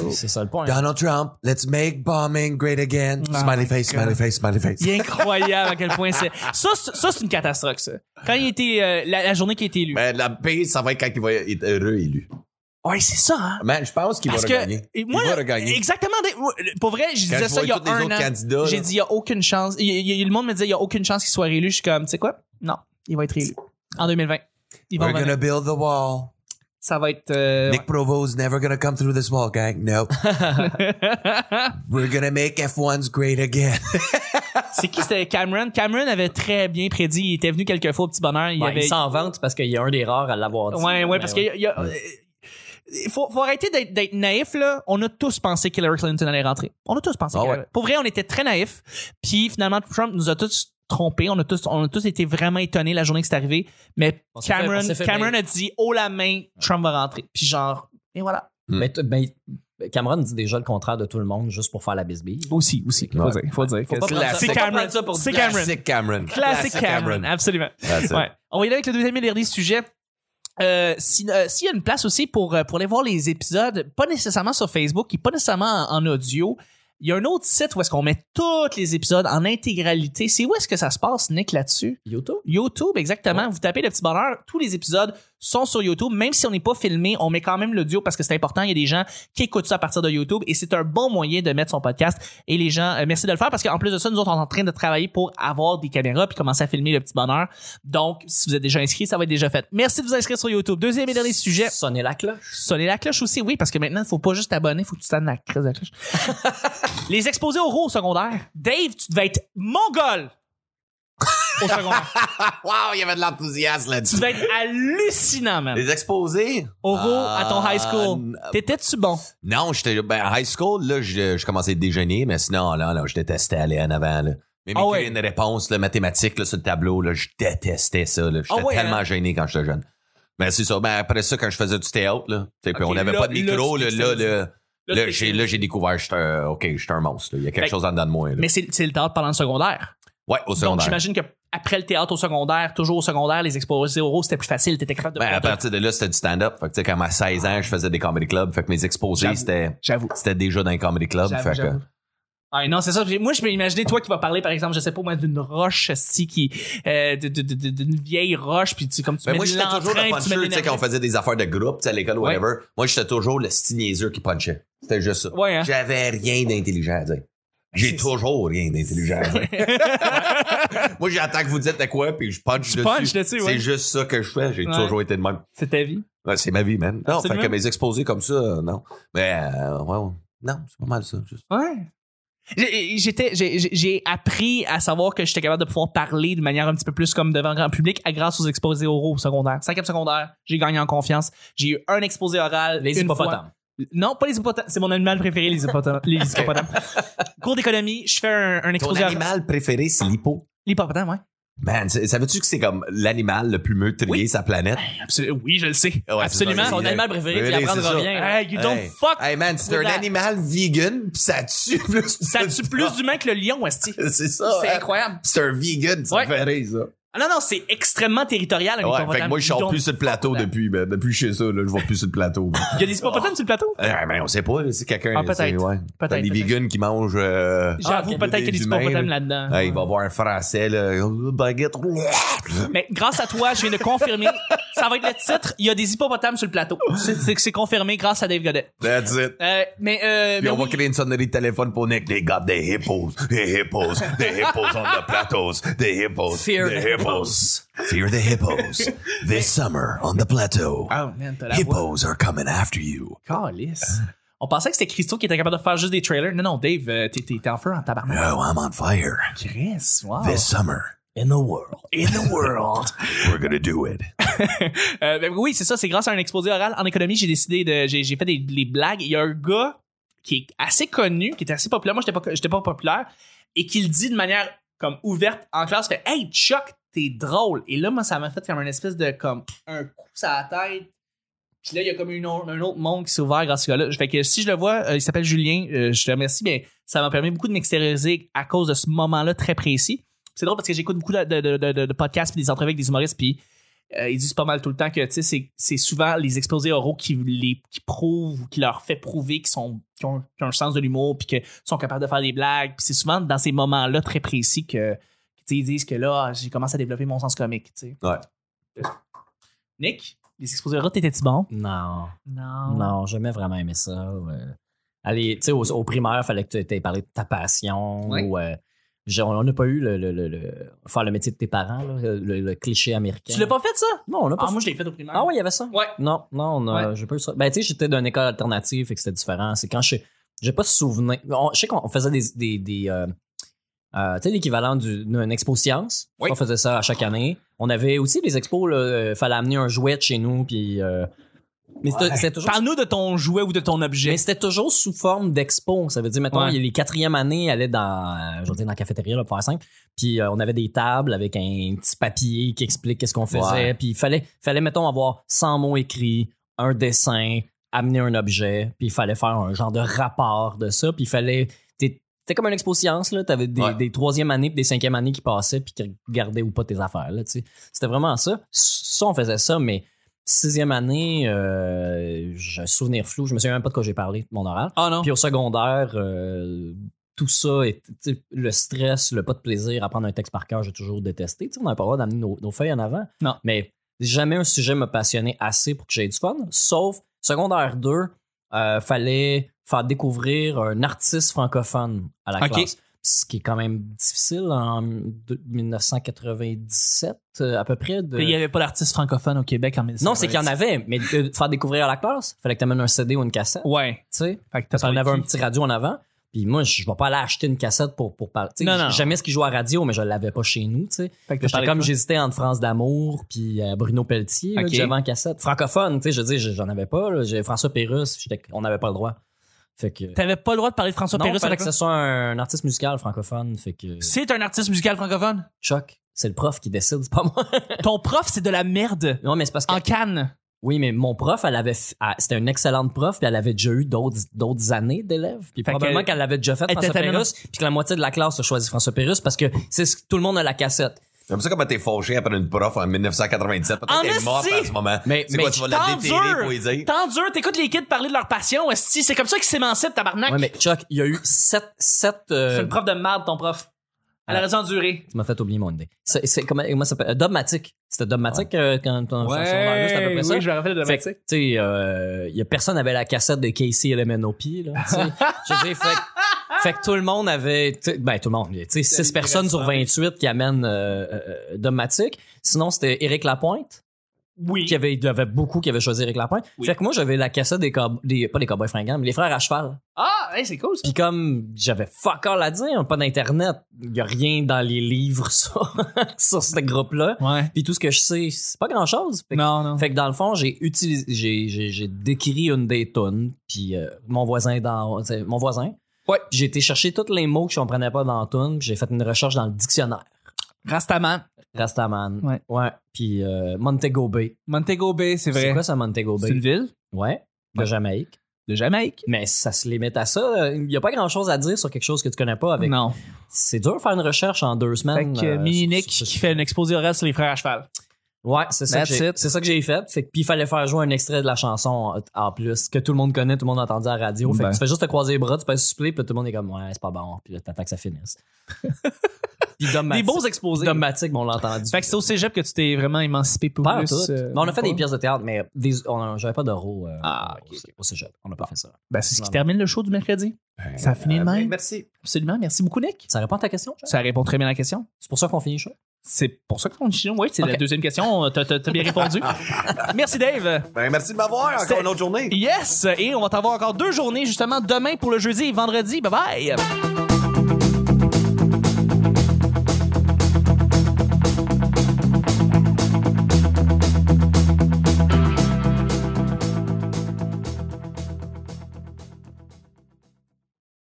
[SPEAKER 2] C'est c'est ça le point.
[SPEAKER 3] Donald Trump, let's make bombing great again.
[SPEAKER 1] Oh
[SPEAKER 3] smiley
[SPEAKER 1] my
[SPEAKER 3] face,
[SPEAKER 1] God.
[SPEAKER 3] smiley face, smiley face.
[SPEAKER 1] C'est incroyable à quel point c'est. Ça, c'est- ça, c'est une catastrophe, ça. Quand il était. euh, la, la journée qui a été élue.
[SPEAKER 3] Ben, la paix, ça va être quand il va être réélu.
[SPEAKER 1] ouais, c'est ça, hein.
[SPEAKER 3] Ben, je pense qu'il va
[SPEAKER 1] Parce que.
[SPEAKER 3] regagner.
[SPEAKER 1] et
[SPEAKER 3] Il
[SPEAKER 1] moi,
[SPEAKER 3] va regagner.
[SPEAKER 1] exactement. des- moi, le- Pour vrai, je
[SPEAKER 3] Quand
[SPEAKER 1] disais
[SPEAKER 3] je
[SPEAKER 1] ça
[SPEAKER 3] vois
[SPEAKER 1] il y a
[SPEAKER 3] tous les
[SPEAKER 1] un
[SPEAKER 3] autres
[SPEAKER 1] an.
[SPEAKER 3] candidats,
[SPEAKER 1] J'ai
[SPEAKER 3] là,
[SPEAKER 1] dit, il y a aucune chance. Il- il- il- le monde me disait, il y a aucune chance qu'il soit réélu. Je suis comme, tu sais quoi? Non, il va être réélu. En 2020. Il va
[SPEAKER 3] We're
[SPEAKER 1] revenir.
[SPEAKER 3] gonna build the wall.
[SPEAKER 1] Ça va être. euh,
[SPEAKER 3] Nick Provo's never gonna come through this wall, gang. No. We're gonna make F1's great again.
[SPEAKER 1] C'est qui c'était Cameron? Cameron avait très bien prédit. Il était venu quelques fois au petit bonheur. Il
[SPEAKER 2] Ben,
[SPEAKER 1] avait.
[SPEAKER 2] Ils s'en vantent parce qu'il y a un des rares à l'avoir dit.
[SPEAKER 1] ouais, ouais,
[SPEAKER 2] Mais
[SPEAKER 1] parce qu'il y a. euh, Il faut, faut arrêter d'être d'être naïf, là. On a tous pensé qu'Hillary Clinton allait rentrer. On a tous pensé.
[SPEAKER 3] Ah
[SPEAKER 1] qu'elle
[SPEAKER 3] ouais.
[SPEAKER 1] allait- Pour vrai, on était très naïfs. Puis finalement, Trump nous a tous trompés. On a tous, on a tous été vraiment étonnés la journée que c'est arrivé. Mais
[SPEAKER 2] On s'est fait-
[SPEAKER 1] Cameron,
[SPEAKER 2] on s'est fait
[SPEAKER 1] Cameron a dit haut la main, Trump va rentrer. Puis genre, et voilà.
[SPEAKER 2] Mais t- ben, Cameron dit déjà le contraire de tout le monde juste pour faire la bisbille.
[SPEAKER 1] Aussi, aussi. Faut
[SPEAKER 3] Ouais.
[SPEAKER 1] dire. Faut dire.
[SPEAKER 2] Faut pas prendre ça-
[SPEAKER 1] C'est
[SPEAKER 2] faut pas
[SPEAKER 1] Cameron.
[SPEAKER 2] prendre ça pour
[SPEAKER 1] C'est
[SPEAKER 2] du
[SPEAKER 1] Cameron.
[SPEAKER 3] Classic Cameron.
[SPEAKER 1] Classic Cameron. Absolument.
[SPEAKER 3] That's it.
[SPEAKER 1] Ouais. On va y aller avec le deuxième et dernier sujet. Euh, si- euh, S'il y a une place aussi pour, euh, pour aller voir les épisodes, pas nécessairement sur Facebook et pas nécessairement en, en audio, il y a un autre site où est-ce qu'on met tous les épisodes en intégralité. C'est où est-ce que ça se passe, Nick, là-dessus?
[SPEAKER 2] YouTube?
[SPEAKER 1] YouTube, exactement. Vous tapez le petit bonheur, tous les épisodes sont sur YouTube. Même si on n'est pas filmé, on met quand même l'audio parce que c'est important. Il y a des gens qui écoutent ça à partir de YouTube et c'est un bon moyen de mettre son podcast. Et les gens, euh, merci de le faire parce qu'en plus de ça, nous autres, on est en train de travailler pour avoir des caméras puis commencer à filmer le petit bonheur. Donc, si vous êtes déjà inscrit, ça va être déjà fait. Merci de vous inscrire sur YouTube. Deuxième et dernier sujet.
[SPEAKER 2] Sonner la cloche.
[SPEAKER 1] Sonner la cloche aussi, oui, parce que maintenant, il faut pas juste t'abonner, il faut que tu sonnes la crise de la cloche. Les exposés oraux au secondaire. Dave, tu devais être mongol au secondaire.
[SPEAKER 3] Wow, il y avait de l'enthousiasme
[SPEAKER 1] tu
[SPEAKER 3] là-dessus.
[SPEAKER 1] devais être hallucinant, man.
[SPEAKER 3] Les exposés?
[SPEAKER 1] Oraux
[SPEAKER 3] Ah,
[SPEAKER 1] à ton high school.
[SPEAKER 3] n-
[SPEAKER 1] T'étais-tu bon?
[SPEAKER 3] Non, j'étais. Ben, à high school, là, je, je commençais à déjeuner, mais sinon, là, là, je détestais aller en avant, là. Même
[SPEAKER 1] Ah
[SPEAKER 3] écrire
[SPEAKER 1] ouais.
[SPEAKER 3] une réponse là, mathématique là, sur le tableau, là, je détestais ça. là. J'étais
[SPEAKER 1] Ah ouais,
[SPEAKER 3] tellement
[SPEAKER 1] hein?
[SPEAKER 3] gêné quand j'étais jeune. Mais c'est ça. Ben, après ça, quand je faisais du théâtre, là, tu sais, puis
[SPEAKER 1] Ok,
[SPEAKER 3] on n'avait
[SPEAKER 1] là-
[SPEAKER 3] pas de micro,
[SPEAKER 1] là,
[SPEAKER 3] là,
[SPEAKER 1] tu
[SPEAKER 3] là,
[SPEAKER 1] t'excelles.
[SPEAKER 3] là, là, j'ai, là, j'ai découvert, j'étais, un- OK, j'étais un monstre. là. Il y a quelque
[SPEAKER 1] Fait-
[SPEAKER 3] chose en dedans de moi. là.
[SPEAKER 1] Mais c'est c'est le théâtre pendant le secondaire.
[SPEAKER 3] Ouais, au
[SPEAKER 1] Donc,
[SPEAKER 3] secondaire.
[SPEAKER 1] j'imagine que après le théâtre au secondaire, toujours au secondaire, les exposés oraux, c'était plus facile. T'étais capable de. Ah.
[SPEAKER 3] Ben, à partir de là, c'était du stand-up. Fait que, tu sais, quand à 16 ans, je faisais des comedy clubs. Fait que mes exposés,
[SPEAKER 1] J'avoue.
[SPEAKER 3] c'était,
[SPEAKER 1] J'avoue.
[SPEAKER 3] c'était déjà dans les comedy clubs.
[SPEAKER 1] J'avoue,
[SPEAKER 3] Fait que,
[SPEAKER 1] j'avoue. Ah, non, c'est ça. Moi, je peux imaginer toi qui vas parler, par exemple, je sais pas, moi, d'une roche, si, qui, euh, de- de- de- de- d'une vieille roche, puis tu, comme tu
[SPEAKER 3] Ben,
[SPEAKER 1] mets
[SPEAKER 3] moi,
[SPEAKER 1] de
[SPEAKER 3] j'étais toujours
[SPEAKER 1] l'entrain, tu
[SPEAKER 3] le
[SPEAKER 1] mets de
[SPEAKER 3] puncher, tu sais, quand on
[SPEAKER 1] l'énergie.
[SPEAKER 3] faisait des affaires de groupe, tu sais, à l'école,
[SPEAKER 1] Ouais.
[SPEAKER 3] whatever. Moi, j'étais toujours le petit niaiseux qui punchait. C'était juste ça.
[SPEAKER 1] Ouais, hein. Ben,
[SPEAKER 3] J'avais rien d'intelligent à dire.
[SPEAKER 1] C'est
[SPEAKER 3] J'ai
[SPEAKER 1] ça.
[SPEAKER 3] toujours rien d'intelligent à dire. Moi, j'attends que vous dites à quoi, puis je punch
[SPEAKER 1] Tu
[SPEAKER 3] dessus.
[SPEAKER 1] punches dessus, ouais.
[SPEAKER 3] C'est juste ça que je fais. J'ai
[SPEAKER 1] Ouais.
[SPEAKER 3] toujours été de même.
[SPEAKER 1] C'est ta vie.
[SPEAKER 3] Ouais, c'est ma vie, man. Non, fait
[SPEAKER 1] Absolument.
[SPEAKER 3] que mes exposés comme ça, euh, non. Mais, euh, ouais, ouais. Non, c'est pas mal ça. juste.
[SPEAKER 1] Ouais. J'ai- J'étais, j'ai- j'ai j'ai appris à savoir que j'étais capable de pouvoir parler de manière un petit peu plus comme devant grand public à grâce aux exposés oraux au secondaire. Cinquième secondaire, j'ai gagné en confiance. J'ai eu un exposé oral.
[SPEAKER 2] Les
[SPEAKER 1] une fois.
[SPEAKER 2] hippopotames.
[SPEAKER 1] Non, pas les hippopotames. C'est mon animal préféré, les hippopotames. les hippopotames. Cours d'économie, je fais un, un
[SPEAKER 3] Ton
[SPEAKER 1] exposé oral.
[SPEAKER 3] animal préféré, c'est l'hippo.
[SPEAKER 1] L'hippopotame, ouais.
[SPEAKER 3] Man, c'est- savais-tu que c'est comme l'animal le plus meurtrier
[SPEAKER 1] Oui.
[SPEAKER 3] sa planète?
[SPEAKER 1] Absolu- oui, je le sais.
[SPEAKER 3] Ouais,
[SPEAKER 1] Absolument.
[SPEAKER 3] c'est ça,
[SPEAKER 2] Son
[SPEAKER 3] il-
[SPEAKER 2] animal préféré,
[SPEAKER 3] Oui,
[SPEAKER 2] tu
[SPEAKER 3] oui, c'est
[SPEAKER 2] apprendras
[SPEAKER 3] ça.
[SPEAKER 2] rien.
[SPEAKER 1] Hey, you don't
[SPEAKER 3] Hey.
[SPEAKER 1] fuck.
[SPEAKER 3] Hey man, c'est
[SPEAKER 1] with
[SPEAKER 3] un
[SPEAKER 1] that.
[SPEAKER 3] animal vegan, pis ça tue plus.
[SPEAKER 1] Ça tue plus d'humains que le lion, Esti.
[SPEAKER 3] C'est ça.
[SPEAKER 1] C'est
[SPEAKER 3] hein.
[SPEAKER 1] incroyable.
[SPEAKER 3] C'est un vegan, ça
[SPEAKER 1] Ouais.
[SPEAKER 3] me fait rire, ça.
[SPEAKER 1] Ah non, non, c'est extrêmement territorial, un
[SPEAKER 3] Ouais,
[SPEAKER 1] hippopotame.
[SPEAKER 3] fait que moi, je
[SPEAKER 1] You
[SPEAKER 3] sors
[SPEAKER 1] don't-
[SPEAKER 3] plus sur le plateau depuis, ben, depuis chez ça, là, je vois plus sur le plateau. ben.
[SPEAKER 1] Il y a des hippopotames sur le plateau?
[SPEAKER 3] Eh, ben, on sait pas, là, c'est quelqu'un.
[SPEAKER 1] Ah, peut-être.
[SPEAKER 3] c'est- Ouais.
[SPEAKER 1] Peut-être,
[SPEAKER 3] T'as des
[SPEAKER 1] peut-être.
[SPEAKER 3] vegans qui mangent. euh,
[SPEAKER 1] J'avoue,
[SPEAKER 3] ah,
[SPEAKER 1] peut-être qu'il y a des
[SPEAKER 3] humains,
[SPEAKER 1] hippopotames
[SPEAKER 3] là.
[SPEAKER 1] là-dedans.
[SPEAKER 3] Eh, il va voir un français, là. oh, Baguette.
[SPEAKER 1] Mais grâce à toi, je viens de confirmer. ça va être le titre. Il y a des hippopotames sur le plateau. C'est- C'est c'est confirmé grâce à Dave Godet.
[SPEAKER 3] That's it.
[SPEAKER 1] Euh, mais euh,
[SPEAKER 3] Puis
[SPEAKER 1] mais
[SPEAKER 3] on va
[SPEAKER 1] oui.
[SPEAKER 3] créer une sonnerie de téléphone pour Nick. They got the hippos, the hippos, the hippos on the plateaus, the hippos,
[SPEAKER 2] Fear
[SPEAKER 3] the
[SPEAKER 2] the
[SPEAKER 3] hippos. Fear the hippos. This summer on the plateau,
[SPEAKER 1] Ah, man, t'as la voix.
[SPEAKER 3] hippos are coming after you.
[SPEAKER 1] Calisse. On pensait que c'était Christo qui était capable de faire juste des trailers. Non, non, Dave, euh, t'es- t'es t'es en feu en tabarnak.
[SPEAKER 3] No, Oh, I'm on fire.
[SPEAKER 1] Chris, wow.
[SPEAKER 3] This summer
[SPEAKER 2] In the world.
[SPEAKER 3] in the world, we're gonna do it.
[SPEAKER 1] Euh, ben oui, c'est ça. C'est grâce à un exposé oral en économie, j'ai décidé de. J'ai j'ai fait des, des blagues. Il y a un gars qui est assez connu, qui est assez populaire. Moi, j'étais pas, j'étais pas populaire. Et qui le dit de manière comme ouverte en classe fait Hey, Chuck, t'es drôle. Et là, moi, ça m'a fait comme une espèce de comme un coup sur la tête. Puis là, il y a comme une au- un autre monde qui s'est ouvert grâce à ce gars-là. Fait que si je le vois, euh, il s'appelle Julien, euh, je te remercie, mais ça m'a permis beaucoup de m'extérioriser à cause de ce moment-là très précis. C'est drôle parce que j'écoute beaucoup de, de- de- de- de podcasts puis des entrevues avec des humoristes, puis euh, ils disent pas mal tout le temps que tu sais, c'est- c'est souvent les exposés oraux qui, les, qui prouvent, qui leur fait prouver qu'ils sont qu'ils ont, qu'ils ont un sens de l'humour puis qu'ils sont capables de faire des blagues. Puis c'est souvent dans ces moments-là très précis que tu sais, ils disent que là, ah, j'ai commencé à développer mon sens comique. tu sais.
[SPEAKER 3] Ouais.
[SPEAKER 1] Nick, les exposés oraux, t'étais-tu bon?
[SPEAKER 2] Non.
[SPEAKER 1] Non.
[SPEAKER 2] Non, j'ai jamais vraiment aimé ça. ouais. Allez, tu sais, au, au primaire, fallait que tu aies parlé de ta passion.
[SPEAKER 1] Ouais.
[SPEAKER 2] ou, euh, genre, on n'a pas eu le, le- le- le- faire le métier de tes parents, là, le, le- le cliché américain.
[SPEAKER 1] Tu l'as pas fait, ça?
[SPEAKER 2] Non, on l'a pas.
[SPEAKER 1] Ah, moi, je l'ai fait au primaire.
[SPEAKER 2] Ah ouais, il y avait ça.
[SPEAKER 1] Ouais.
[SPEAKER 2] Non, non, on a- j'ai pas eu ça. Ben, tu sais, j'étais d'une école alternative, fait que c'était différent. C'est quand je. J'ai pas souvenir. On- je sais qu'on on faisait des. des, des, euh, euh, tu sais, l'équivalent du- d'une expo science.
[SPEAKER 1] Oui.
[SPEAKER 2] On faisait ça à chaque année. On avait aussi des expos, là, euh, fallait amener un jouet de chez nous, puis. euh, mais c'était
[SPEAKER 3] Ouais.
[SPEAKER 2] c'était toujours.
[SPEAKER 1] Parle-nous de ton jouet ou de ton objet.
[SPEAKER 2] Mais c'était toujours sous forme d'expo. Ça veut dire, mettons,
[SPEAKER 1] Ouais.
[SPEAKER 2] les quatrièmes années allaient dans, euh, je veux dire, dans la cafétéria, là, pour faire simple. Puis euh, on avait des tables avec un petit papier qui explique qu'est-ce qu'on faisait.
[SPEAKER 3] Ouais.
[SPEAKER 2] Puis il fallait, fallait, mettons, avoir 100 mots écrits, un dessin, amener un objet. Puis il fallait faire un genre de rapport de ça. Puis il fallait. t'es- C'était comme un expo science, là. T'avais des,
[SPEAKER 3] Ouais.
[SPEAKER 2] des troisième années puis des cinquième années qui passaient puis qui regardaient ou pas tes affaires, là, tu sais. C'était vraiment ça. Ça, on faisait ça, mais sixième année, euh, j'ai un souvenir flou. Je me souviens même pas de quoi j'ai parlé, de mon oral.
[SPEAKER 1] Ah non.
[SPEAKER 2] Puis au secondaire, euh, tout ça, est, tu sais, le stress, le pas de plaisir, apprendre un texte par cœur, j'ai toujours détesté. Tu sais, on n'a pas le droit d'amener nos, nos feuilles en avant.
[SPEAKER 1] Non.
[SPEAKER 2] Mais jamais un sujet me passionnait assez pour que j'aie du fun, sauf secondaire 2, euh, fallait faire découvrir un artiste francophone à la
[SPEAKER 1] Ok.
[SPEAKER 2] classe. Ce qui est quand même difficile en de- 1997 euh, à peu près. De...
[SPEAKER 1] Il n'y avait pas d'artiste francophone au Québec en 1990.
[SPEAKER 2] Non, c'est qu'il y en avait, mais de faire découvrir à la classe, fallait que tu amènes un CD ou une cassette, tu
[SPEAKER 1] Ouais.
[SPEAKER 2] sais.
[SPEAKER 1] Fait que t'as
[SPEAKER 2] Parce qu'on
[SPEAKER 1] parlé
[SPEAKER 2] avait un
[SPEAKER 1] qui?
[SPEAKER 2] petit radio en avant. Puis moi, je ne vais pas aller acheter une cassette pour, pour parler. Tu sais,
[SPEAKER 1] Non, non.
[SPEAKER 2] Jamais ce qui joue à la radio, mais je l'avais pas chez nous, tu sais.
[SPEAKER 1] Fait que t'as
[SPEAKER 2] J'étais
[SPEAKER 1] parlé
[SPEAKER 2] comme
[SPEAKER 1] de-
[SPEAKER 2] j'hésitais entre France d'amour puis euh, Bruno Pelletier, là,
[SPEAKER 1] Ok.
[SPEAKER 2] que j'avais en cassette. Francophone, tu sais, je veux dire, je- j'en avais pas. là. J'ai François Pérusse, j'étais- on n'avait pas le droit. Fait que.
[SPEAKER 1] T'avais pas le droit de parler de François
[SPEAKER 2] Non,
[SPEAKER 1] Pérusse
[SPEAKER 2] fallait
[SPEAKER 1] avec
[SPEAKER 2] que
[SPEAKER 1] ça.
[SPEAKER 2] ce soit un artiste musical francophone. Fait que.
[SPEAKER 1] C'est un artiste musical francophone.
[SPEAKER 2] Choc. C'est le prof qui décide, c'est pas moi.
[SPEAKER 1] Ton prof, c'est de la merde.
[SPEAKER 2] Non, mais c'est parce que.
[SPEAKER 1] En Cannes.
[SPEAKER 2] Oui, mais mon prof, elle avait. f- elle- C'était une excellente prof, puis elle avait déjà eu d'autres d'autres années d'élèves. Puis
[SPEAKER 1] Fait
[SPEAKER 2] probablement
[SPEAKER 1] qu'elle-
[SPEAKER 2] qu'elle l'avait déjà fait,
[SPEAKER 1] elle
[SPEAKER 2] François
[SPEAKER 1] était tellement-
[SPEAKER 2] Pérusse, puis que la moitié de la classe a choisi François Pérusse parce que c'est ce que tout le monde a la cassette.
[SPEAKER 3] J'aime ça comment t'es fauché après une prof en 1997. Peut-être
[SPEAKER 1] En
[SPEAKER 3] qu'elle est morte
[SPEAKER 1] esti!
[SPEAKER 3] en ce moment.
[SPEAKER 2] Mais-
[SPEAKER 3] c'est
[SPEAKER 2] mais
[SPEAKER 3] quoi, tu vas la
[SPEAKER 1] tant
[SPEAKER 3] déterrer
[SPEAKER 1] dur!
[SPEAKER 3] pour lui dire?
[SPEAKER 1] Tant dur, t'écoutes les kids parler de leur passion, esti. C'est comme ça qu'ils s'émancipent, tabarnak.
[SPEAKER 2] Ouais, mais Chuck, il y a eu sept. sept euh,
[SPEAKER 1] C'est une prof de merde, ton prof. Elle a
[SPEAKER 2] Ah.
[SPEAKER 1] raison endurée.
[SPEAKER 2] Tu m'as fait oublier mon idée. C'est, c'est comment, comment ça s'appelle? Dogmatique. C'était dogmatique euh, quand quand- quand- c'était à peu près ça.
[SPEAKER 1] me rappelle de
[SPEAKER 2] Fait que, tu sais, euh, y a personne avait la cassette de Casey LMNOP, là. tu sais. Je veux dire, fait, que- fait que tout le monde avait, tu sais, ben, tout le monde, tu sais, 6 personnes sur 28 qui amènent euh, euh, Dogmatic. Sinon, c'était Éric Lapointe,
[SPEAKER 1] Oui.
[SPEAKER 2] qui avait, il y avait beaucoup qui avaient choisi Éric Lapointe.
[SPEAKER 1] Oui.
[SPEAKER 2] Fait que moi, j'avais la cassette des, cow- des pas des cowboys fringants, mais les frères à cheval.
[SPEAKER 1] Ah, hey, c'est cool, ça.
[SPEAKER 2] Puis comme j'avais fuck all à dire, pas d'internet, y a rien dans les livres sur, sur ce groupe-là.
[SPEAKER 1] Ouais.
[SPEAKER 2] Puis tout ce que je sais, c'est pas grand-chose. Fait que-
[SPEAKER 1] Non, non.
[SPEAKER 2] fait que dans le fond, j'ai utilisé, j'ai, j'ai, j'ai décrit une des tunes, puis euh, mon voisin dans, c'est mon voisin.
[SPEAKER 1] Ouais.
[SPEAKER 2] J'ai été chercher tous les mots que je comprenais pas dans la tune, puis j'ai fait une recherche dans le dictionnaire.
[SPEAKER 1] Rastaman.
[SPEAKER 2] Rastaman.
[SPEAKER 1] Ouais.
[SPEAKER 2] Puis euh, Montego Bay.
[SPEAKER 1] Montego Bay, c'est vrai.
[SPEAKER 2] quoi ça Montego
[SPEAKER 1] C'est
[SPEAKER 2] Bay
[SPEAKER 1] une ville
[SPEAKER 2] Ouais. De
[SPEAKER 1] Ouais.
[SPEAKER 2] Jamaïque.
[SPEAKER 1] de Jamaïque.
[SPEAKER 2] Mais ça se limite à ça. Il y a pas grand chose à dire sur quelque chose que tu connais pas. Avec.
[SPEAKER 1] Non.
[SPEAKER 2] C'est dur de faire une recherche en deux
[SPEAKER 1] Fait
[SPEAKER 2] semaines.
[SPEAKER 1] que
[SPEAKER 2] euh,
[SPEAKER 1] Mini
[SPEAKER 2] sur-
[SPEAKER 1] Nick
[SPEAKER 2] sur-
[SPEAKER 1] qui fait une exposé orale sur les frères à cheval.
[SPEAKER 2] Ouais, c'est ça, que
[SPEAKER 1] That's
[SPEAKER 2] j'ai-
[SPEAKER 1] it.
[SPEAKER 2] c'est ça que j'ai fait. Fait que- Puis il fallait faire jouer un extrait de la chanson en, en plus, que tout le monde connaît, tout le monde a entendu à la radio. Fait
[SPEAKER 1] Ben.
[SPEAKER 2] que tu fais juste te croiser les bras, tu passes supplé, puis là, tout le monde est comme, ouais, c'est pas bon. Puis là, t'attends que ça finisse. puis
[SPEAKER 1] Des
[SPEAKER 2] Dogmatic,
[SPEAKER 1] beaux exposés.
[SPEAKER 2] Dogmatic, bon, on l'a entendu.
[SPEAKER 1] Fait que c'est au cégep que tu t'es vraiment émancipé pour
[SPEAKER 2] Pas en
[SPEAKER 1] plus.
[SPEAKER 2] tout.
[SPEAKER 1] euh,
[SPEAKER 2] Mais on a fait
[SPEAKER 1] pas.
[SPEAKER 2] des pièces de théâtre, mais des, on, j'avais pas d'euros euh,
[SPEAKER 1] Ah, ok,
[SPEAKER 2] au, au cégep. On n'a pas fait ça.
[SPEAKER 1] Ben, c'est ce qui
[SPEAKER 2] Non.
[SPEAKER 1] termine le show du mercredi. Ça finit de
[SPEAKER 3] Euh,
[SPEAKER 1] même.
[SPEAKER 3] Merci.
[SPEAKER 1] Absolument. Merci beaucoup, Nick.
[SPEAKER 2] Ça répond à ta question, Jean?
[SPEAKER 1] Ça répond très bien à la question.
[SPEAKER 2] C'est pour ça qu'on finit chaud.
[SPEAKER 1] C'est pour ça qu'on chinois. Oui, c'est la
[SPEAKER 2] Ok.
[SPEAKER 1] deuxième question. Euh, T'as t'as- t'as bien répondu. Merci, Dave.
[SPEAKER 3] Ben, merci de m'avoir. Encore
[SPEAKER 1] C'est-
[SPEAKER 3] une autre journée.
[SPEAKER 1] Yes. Et on va t'avoir encore deux journées, justement, demain pour le jeudi et vendredi. Bye bye.